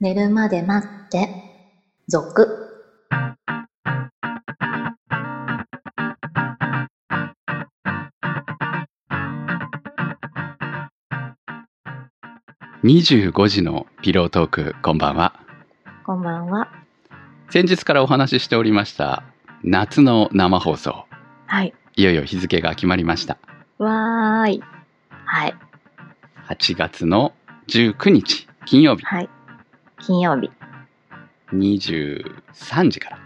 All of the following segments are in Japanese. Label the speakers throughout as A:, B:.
A: 寝るまで待って、続。
B: 25時のピロートークこんばんは
A: こんばんは。
B: 先日からお話ししておりました夏の生放送
A: はい。
B: いよいよ日付が決まりました
A: わーい。はい。
B: 8月の19日金曜日
A: はい。金曜日。
B: 23時から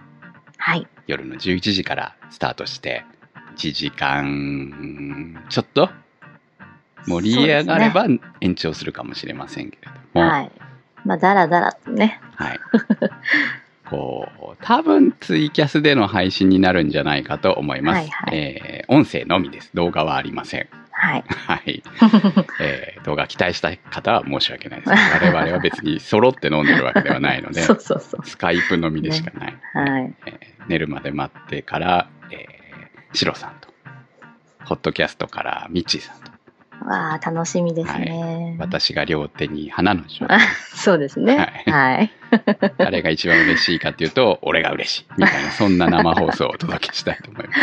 A: はい。
B: 夜の11時からスタートして1時間ちょっと盛り上がれば延長するかもしれませんけれども、
A: はい。まあ、だらだらとね。
B: はい。 こう、多分ツイキャスでの配信になるんじゃないかと思います。
A: はいはい
B: えー音声のみです。動画はありません。
A: はい。
B: はい。えー動画期待した方は申し訳ないです。我々は別に揃って飲んでるわけではないの で
A: そ、うそうそう。
B: スカイプのみでしかない。
A: はい。
B: 寝るまで待ってから、えー、シロさんと、ホットキャストからミッチーさんと、
A: わあ、楽しみですね。
B: 私が両手に花の状態
A: あそうですね。はい。
B: 誰が一番嬉しいかっていうと、俺が嬉しい。みたいな、そんな生放送をお届けしたいと思います。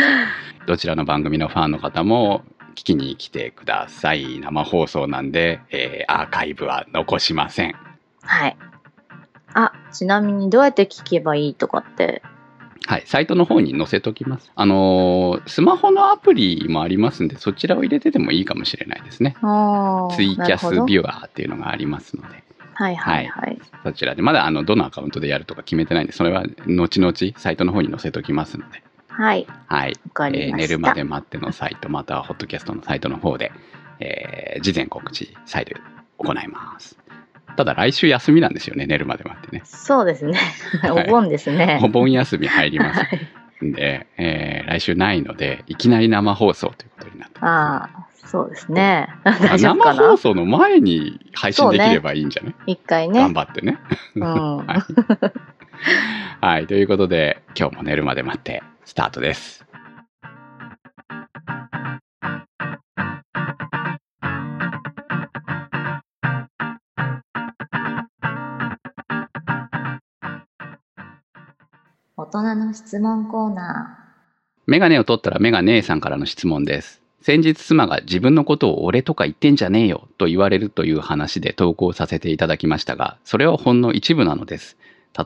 B: どちらの番組のファンの方も、聞きに来てください。生放送なんで、えーアーカイブは残しません。
A: はい。あ、ちなみにどうやって聞けばいいとかって。
B: はい。サイトの方に載せときます。あのースマホのアプリもありますんで、そちらを入れててもいいかもしれないですね。
A: あー
B: ツイキャス
A: なるほど
B: ビュアーっていうのがありますので、
A: はいはいはい。
B: そちらで、まだあの、どのアカウントでやるとか決めてないんで、それは後々サイトの方に載せときますので、
A: はい。
B: はい。
A: わかり
B: えー
A: ました。
B: 寝るまで待ってのサイト、またはホットキャストのサイトの方で、えー事前告知、再度行います。ただ来週休みなんですよね、寝るまで待ってね。
A: そうですね。
B: は
A: お
B: い
A: 盆ですね
B: お。盆休み入りま
A: はい
B: すんで、えー来週ないので、いきなり生放送ということになってま
A: ああ、そうですね。
B: す ね。
A: 大丈夫か
B: 生放
A: な
B: 送の前に配信できればいいんじゃない、
A: 一回
B: 頑
A: ね。
B: 張ってね。
A: うん。
B: はい。はい、ということで、今日も寝るまで待って、スタートです。
A: 大人の質問コーナ
B: メガネを取ったらメガネーさんからの質問です。先日妻が自分のことを俺とか言ってんじゃねえよと言われるという話で投稿させていただきましたが、それはほんの一部なのです。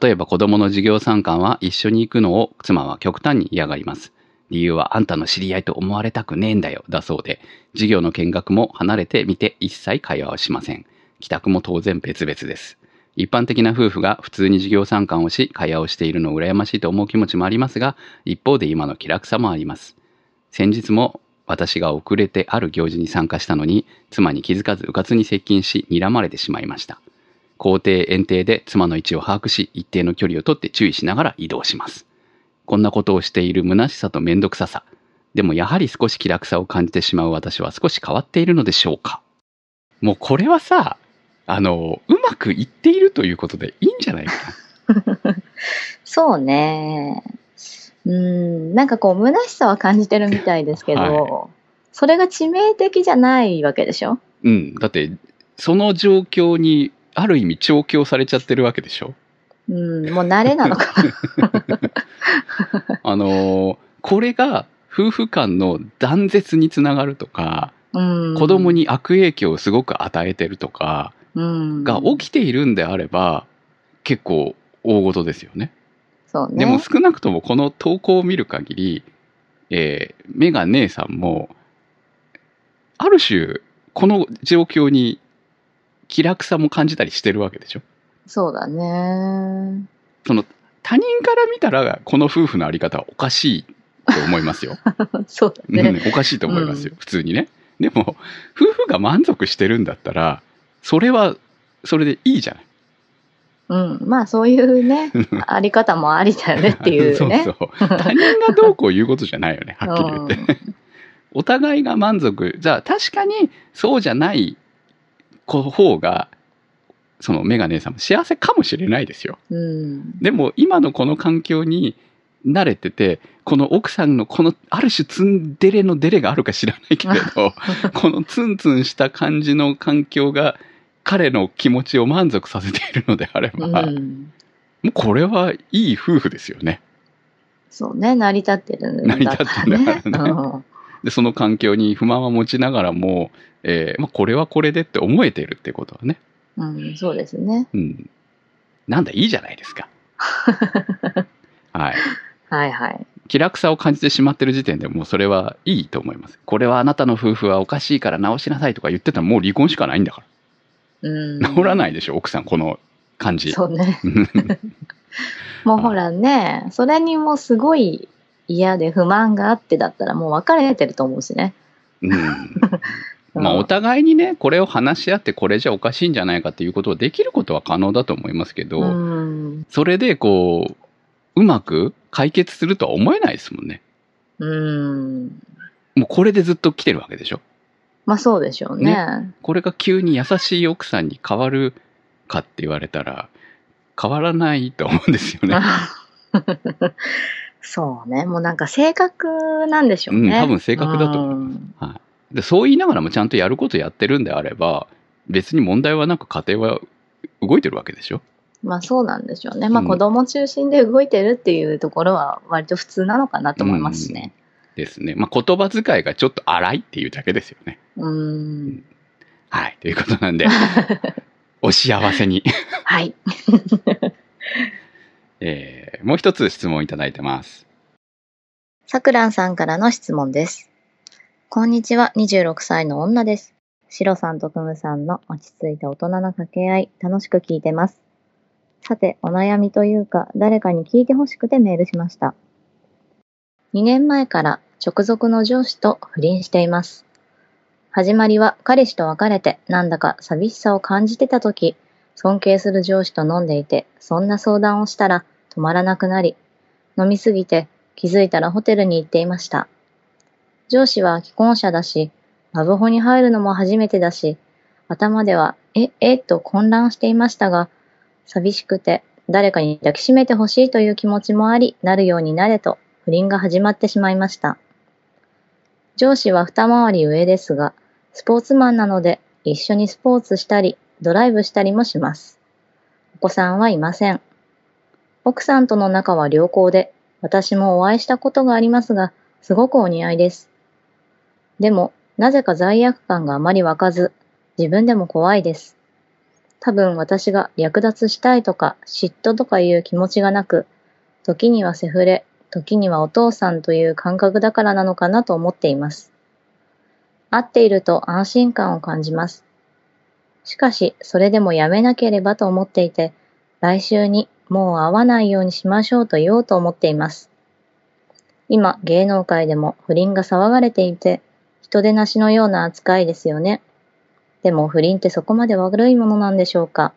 B: 例えば子供の授業参観は一緒に行くのを妻は極端に嫌がります。理由はあんたの知り合いと思われたくねえんだよだそうで、授業の見学も離れてみて一切会話をしません。帰宅も当然別々です。一般的な夫婦が普通に授業参観をし、会話をしているのを羨ましいと思う気持ちもありますが、一方で今の気楽さもあります。先日も私が遅れてある行事に参加したのに、妻に気づかずうかつに接近し、睨まれてしまいました。校庭園庭で妻の位置を把握し、一定の距離をとって注意しながら移動します。こんなことをしている虚しさとめんどくささ。でもやはり少し気楽さを感じてしまう私は少し変わっているのでしょうか。もうこれはさ、あの、うまくいっているということでいいんじゃないかな。
A: ー。そうね。うん、なんかこう、虚しさは感じてるみたいですけど、
B: は
A: それが致命的じゃないわけでしょ
B: うん、だってその状況にある意味調教されちゃってるわけで しょ
A: うん、もう慣れなの かな。
B: あのーこれが夫婦間の断絶につながるとか
A: うん、
B: 子供に悪影響をすごく与えてるとか
A: うん
B: が起きているんであれば結構大事ですよね。
A: そうね。
B: でも少なくともこの投稿を見る限り、えー、メガ姉さんもある種この状況に気楽さも感じたりしてるわけでしょ
A: そうだね。
B: 他人から見たらこの夫婦のあり方はおかしいと思いま すよ、
A: そうだね。
B: うんおかしいと思いますよ、普通にねでも夫婦が満足してるんだったらそれはそれでいいじゃない
A: うん、まあそういうね、 あり方もありだよねっていうね。
B: そうそ う他人がどうこう言うことじゃないよねはっきり言って、
A: うん
B: お互いが満足じゃあ確かにそうじゃない方がそのメガネさんも幸せかもしれないですよ
A: うん。
B: でも今のこの環境に慣れててこの奥さんのこのある種ツン デレのデレがあるか知らないけれどこのツンツンした感じの環境が彼の気持ちを満足させているのであれば、も
A: うん。
B: うこれはいい夫婦ですよね。
A: そうね、成り立ってるんだったら
B: 成り立
A: ね
B: って。んだからで、その環境に不満は持ちながらも、えーまあ、これはこれでって思えているってことはね。
A: うん、うん、そうですね。
B: うん。なんだ、いいじゃな いですか。はい。
A: はいはい。
B: 気楽さを感じてしまってる時点でもうそれはいいと思います。これはあなたの夫婦はおかしいから直しなさいとか言ってたらもう離婚しかないんだから。
A: うん。
B: 治らないでしょ、奥さん、この感じ。
A: そうね。
B: うん
A: もうほらね、それにもうすごい嫌で不満があってだったらもう別れてると思うしね。うん
B: まあ、お互いにね、これを話し合って、これじゃおかしいんじゃないかっていうことをできることは可能だと思いますけど、
A: うん。
B: それで、こう、うまく解決するとは思えないですもんね。
A: うん。
B: もうこれでずっと来てるわけでしょ。
A: まあそうでしょうね。
B: これが急に優しい奥さんに変わるかって言われたら、変わらないと思うんですよね。
A: そうね。もうなんか性格なんでしょうね。
B: うん多分性格だと思い
A: うん
B: で、そう言いながらもちゃんとやることやってるんであれば、別に問題はなく家庭は動いてるわけでしょ。
A: まあそうなんでしょうね。まあ
B: うん
A: 子供中心で動いてるっていうところは割と普通なのかなと思いますしね。
B: ですね。まあ、言葉遣いがちょっと荒いっていうだけですよね。
A: うん。
B: はい。ということなんで、お幸せに。
A: はい。
B: えーもう一つ質問いただいてます。
A: さくらんさんからの質問です。こんにちは、26歳の女です。シロさんとくむさんの落ち着いた大人の掛け合い、楽しく聞いてます。さて、お悩みというか、誰かに聞いてほしくてメールしました。2年前から直属の上司と不倫しています。始まりは彼氏と別れて、なんだか寂しさを感じてた時、尊敬する上司と飲んでいて、そんな相談をしたら止まらなくなり、飲みすぎて気づいたらホテルに行っていました。上司は既婚者だし、ラブホに入るのも初めてだし、頭では、え、えと混乱していましたが、寂しくて誰かに抱きしめてほしいという気持ちもあり、なるようになれと不倫が始まってしまいました。上司は二回り上ですが、スポーツマンなので一緒にスポーツしたり、ドライブしたりもします。お子さんはいません。奥さんとの仲は良好で、私もお会いしたことがありますが、すごくお似合いです。でも、なぜか罪悪感があまり湧かず、自分でも怖いです。多分私が略奪したいとか嫉妬とかいう気持ちがなく、時にはセフレ、時にはお父さんという感覚だからなのかなと思っています。会っていると安心感を感じます。しかし、それでもやめなければと思っていて、来週にもう会わないようにしましょうと言おうと思っています。今、芸能界でも不倫が騒がれていて、人でなしのような扱いですよね。でも不倫ってそこまで悪いものなんでしょうか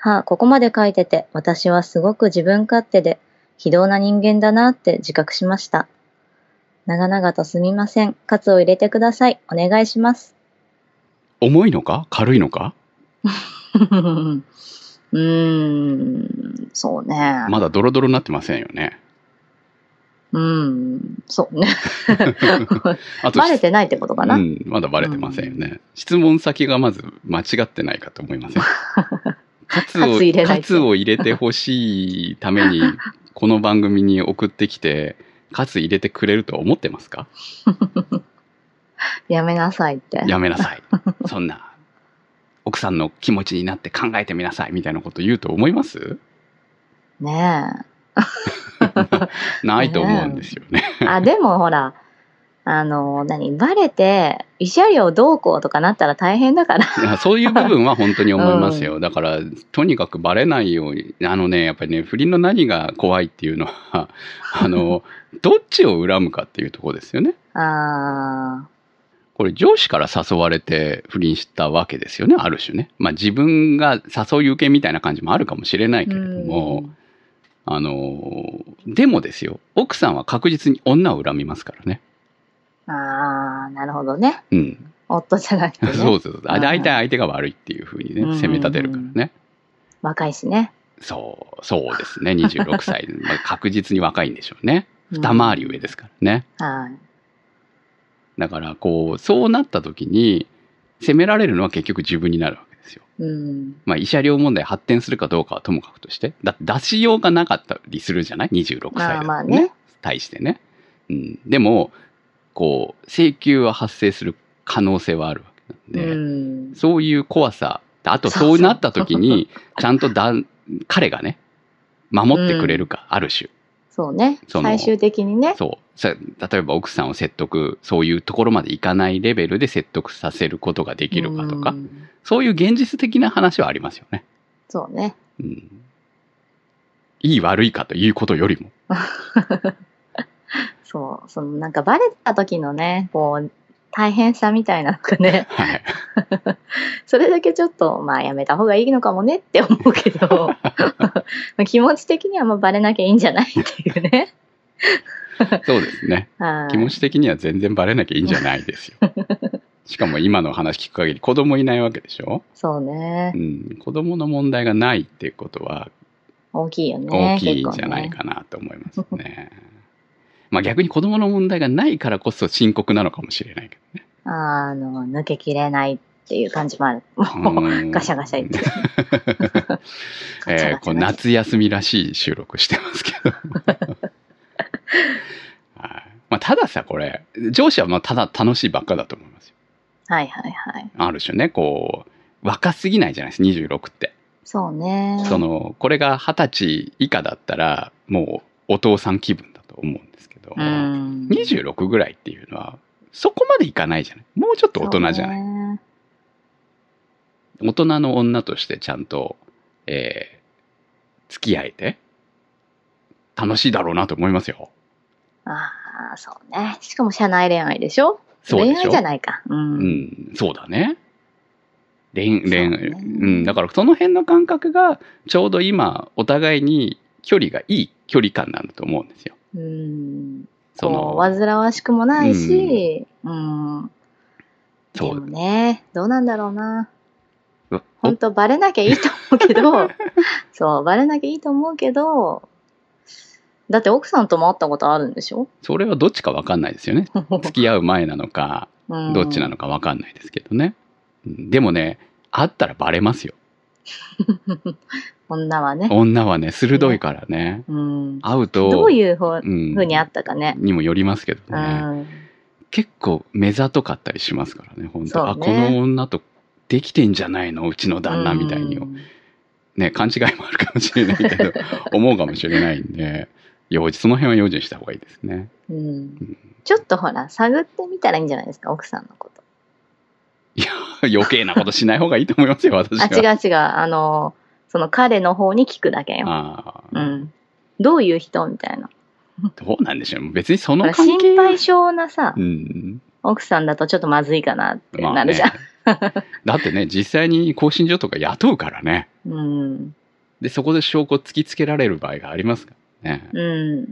A: はあ、ここまで書いてて、私はすごく自分勝手で、非道な人間だなって自覚しました。長々とすみません。カツを入れてください。お願いします。
B: 重いのか軽いのか
A: うーん、そうね。
B: まだドロドロになってませんよね。
A: うん、そうね。
B: あ
A: バレてないってことかな。
B: うん、まだバレてませんよね。質問先がまず間違ってないかと思い ません。カツ
A: カ
B: を
A: ツ入れない
B: カ
A: と
B: ツを入れてほしいために、この番組に送ってきて、カツ入れてくれると思ってます か
A: やめなさいって。
B: やめなさい。そんな、奥さんの気持ちになって考えてみなさいみたいなこと言うと思います
A: ね
B: ないと思うんですよね。
A: え。あ、でもほら、あの、何、バレて、慰謝料どうこうとかなったら大変だから。
B: いやそういう部分は本当に思いますよ。だから、とにかくバレないように、あのね、やっぱりね、不倫の何が怖いっていうのは、 あの、どっちを恨むかっていうところですよね。
A: あ
B: これ上司から誘われて不倫したわけですよね、ある種ね。まあ自分が誘い受けみたいな感じもあるかもしれない
A: ー
B: けれども、
A: うん
B: あの、でもですよ、奥さんは確実に女を恨みますからね。
A: あーなるほどね。
B: うん。
A: 夫じゃなくて、ね、
B: そうそうそう。あ
A: うん
B: 大体相手が悪いっていうふうにね、
A: うん
B: 責め立てるからね。
A: 若いしね。
B: そう、そうですね。26歳。 まあ確実に若いんでしょうね。
A: うん
B: 二回り上ですからね。
A: はい。
B: だから、こう、そうなった時に、責められるのは結局自分になるわけですよ。
A: うん。
B: まあ、慰謝料問題発展するかどうかはともかくとして、だって出しようがなかったりするじゃない ?26 歳
A: ま
B: だ
A: あ
B: と
A: まあね。
B: 対してね。うん。でも、こう、請求は発生する可能性はあるわけなんで、
A: うん。
B: そういう怖さ、あと
A: そうそう
B: そうなった時に、 ちゃんとだん彼がね、守ってくれるか、ある種。
A: そうね。
B: その
A: 最終的にね。
B: そう。さ例えば奥さんを説得、そういうところまでいかないレベルで説得させることができるかとか、
A: うん
B: そういう現実的な話はありますよね。
A: そうね。
B: うん。いい悪いかということよりも。
A: そう。そのなんかバレた時のね、こう、大変さみたいなのがね、
B: はい。
A: それだけちょっと、まあやめた方がいいのかもねって思うけ ど、気持ち的にはもうバレなきゃいいんじゃないっていうね。
B: そうですね。
A: はい
B: 気持ち的には全然バレなきゃいいんじゃない ですよ。しかも今の話聞く限り子供いないわけでしょ
A: そうね
B: う。ん。子供の問題がないっていうことは
A: 大きいよね。
B: 大きい
A: 結
B: ん
A: 構
B: じ
A: ね
B: ゃない。かなと思います ね。まあ逆に子供の問題がないからこそ深刻なのかもしれないけど。
A: あの、抜けきれないっていう感じもある。もう、
B: うん
A: ガシャガシ ャ言って。ガチャガチャ
B: えーこう夏休みらしい収録してますけ ど。はいまあ、たださ、これ、上司はまあただ楽しいばっかだと思いますよ。
A: はいはいはい。
B: ある種ね、こう、若すぎないじゃないですか、26って。
A: そうね。
B: その、これが20歳以下だったら、もうお父さん気分だと思うんですけど、
A: うん。
B: 26ぐらいっていうのは、そこまでいかないじゃない。もうちょっと大人じゃない。
A: ない。
B: 大人の女としてちゃんと、えー付き合えて、楽しいだろうなと思いますよ。
A: ああ、そうね。しかも社内恋愛でしょ
B: そうでしょ
A: 恋愛じゃないか。う。
B: うんん、そうだね。恋、恋、
A: そうね
B: うん、だからその辺の感覚が、ちょうど今、お互いに距離がいい距離感なんだと思うんですよ。
A: うん。
B: そ
A: こ
B: の、
A: う、煩わしくもないし、うん。で
B: そ
A: も
B: う。
A: ね、どうなんだろうな。
B: う
A: 本当バレなきゃいいと思うけど、 そう、バレなきゃいいと思うけど、だって奥さんとも会ったことあるんでしょ
B: それはどっちかわかんないですよ ね。付き合う前なのか、ど
A: ど
B: っちなのかわかんないですけどね。うんでもね、会ったらバレますよ。
A: 女はね。
B: 女はね、鋭いからね。
A: うん。
B: 会うと、
A: どういうふう
B: うん
A: ふうにあったかね。
B: にもよりますけど
A: う
B: ね、
A: ん。
B: 結構目ざとかったりしますからね本当、
A: そうね
B: あこの女とできてんじゃないのうちの旦那みたいに、
A: うん。
B: ね勘違いもあるかもしれないけ ど思うかもしれないんで用心その辺は用心した方がいいですね
A: うん。ちょっとほら、探ってみたらいいんじゃないですか、奥さんのこと。
B: 余計なことしない方がいいと思いますよ私は
A: あ、違う違う。あの、その彼の方に聞くだけよ。
B: あ
A: う
B: ー
A: ん。どういう人みたいな。
B: どうなんでしょう別にその関係
A: 心配性なさ
B: う、ん
A: 奥さんだとちょっとまずいかなって
B: ま
A: な
B: あ
A: る
B: ね
A: じゃん。
B: だってね実際に更新所とか雇うからね
A: うん。
B: でそこで証拠突きつけられる場合がありますからね
A: うん。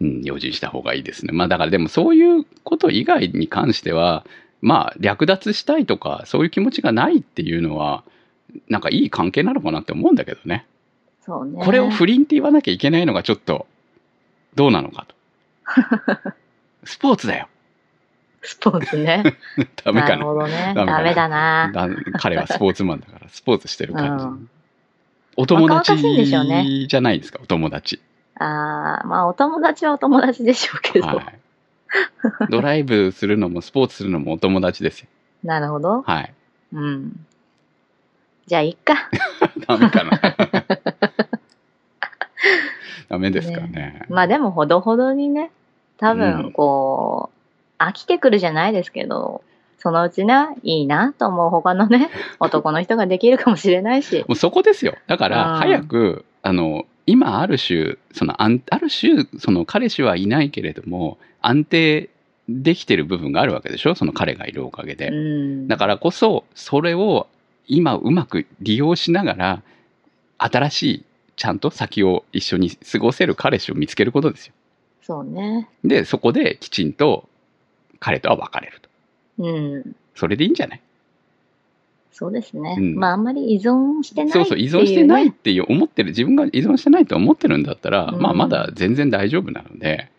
B: うん、用心した方がいいですね。まあだからでもそういうこと以外に関しては、まあ略奪したいとかそういう気持ちがないっていうのは、なんかいい関係なのかなって思うんだけどね。
A: そうね。
B: これを不倫って言わなきゃいけないのがちょっと、どうなのか と。スポーツだよ。
A: スポーツね。
B: ダメ
A: な
B: か
A: る
B: な。
A: ほどね。
B: ダメかな
A: ダメだな。
B: だ彼はスポーツマンだから、スポーツしてる感じ。
A: うん
B: お友達
A: 若々しいんでしょうね
B: じゃないですか、お友達。
A: ああ、まあお友達はお友達でしょうけど。
B: はい。ドライブするのもスポーツするのもお友達ですよ。
A: なるほど。
B: はい。
A: うん。じゃあ、いっか。
B: ダ メかな。ダメですかね。
A: まあでも、ほどほどにね、多
B: うん
A: 分、こう、飽きてくるじゃないですけど、そのうちな、いいなと思う他の ね、男の人ができるかもしれないし。
B: もうそこですよ。だから、
A: うん
B: 早く、あの、今ある種、その、あんある種、その彼氏はいないけれども、安定できてる部分があるわけでしょその彼がいるおかげ
A: う
B: で。
A: ん。
B: だからこそ、それを今うまく利用しながら、新しい、ちゃんと先を一緒に過ごせる彼氏を見つけることですよ。
A: そうね。
B: で、そこできちんと彼とは別れると。
A: うん。
B: それでいいんじゃない
A: そうですね。
B: うん
A: まあ、あんまり依存してないって
B: そ
A: いうう、ね。
B: そう依存してないっていう思ってる自分が依存してないと思ってるんだったら、
A: うん
B: まあまだ全然大丈夫なので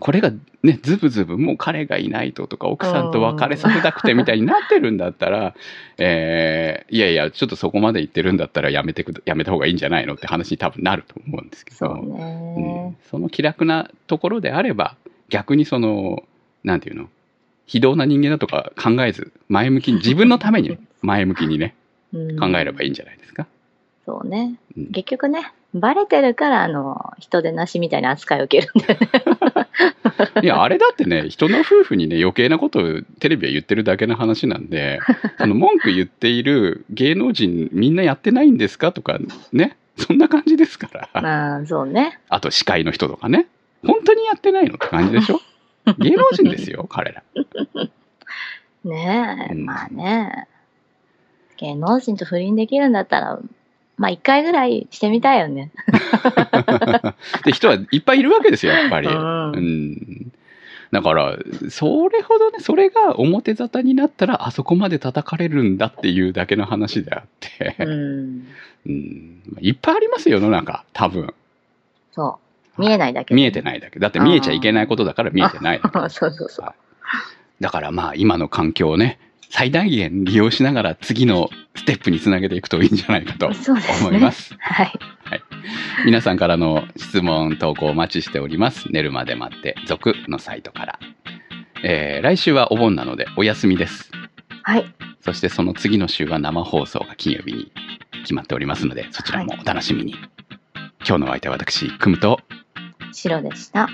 B: これがね、ずぶずぶもう彼がいないととか、奥さんと別れさせたくてみたいになってるんだったら、えー、いやいや、ちょっとそこまで言ってるんだったらやめてく、やめた方がいいんじゃないのって話に多分なると思うんですけど、
A: そう
B: うん
A: ね。、
B: その気楽なところであれば、逆にその、なんていうの、非道な人間だとか考えず、前向きに、自分の ためにね前向きにね、
A: うん
B: 考えればいいんじゃないですか。
A: そうね
B: うん。
A: 結局ね、バレてるから、あの、人でなしみたいな扱いを受けるんで。
B: いや、あれだってね、人の夫婦にね、余計なことをテレビは言ってるだけの話なん で、その文句言っている芸能人みんなやってないんですかとかね、そんな感じですから。
A: まあ、そうね。
B: あと司会の人とかね、本当にやってないのって感じで しょ芸能人ですよ、彼ら。
A: ねえ、
B: うん
A: まあね。芸能人と不倫できるんだったら、まあ一回ぐらいしてみたいよね。
B: って人はいっぱいいるわけですよ、やっぱり。
A: うん
B: うんだから、それほどね、それが表沙汰になったら、あそこまで叩かれるんだっていうだけの話であって、
A: うん。
B: うんいっぱいありますよ、世の中、多分。
A: そう。見えないだけ。
B: 見えてないだけ。だって見えちゃいけないことだから見えて ないだけ。
A: い。 そうそうそう。
B: だからまあ、今の環境をね、最大限利用しながら次のステップにつなげていくといいんじゃないかと
A: そうですね。
B: 思います。
A: はい。
B: 皆さんからの質問、投稿お待ちしております。寝るまで待って、続のサイトから。えー来週はお盆なのでお休みです。
A: はい。
B: そしてその次の週は生放送が金曜日に決まっておりますので、そちらもお楽しみに。今日のお相手は私、くむと、
A: 白でした。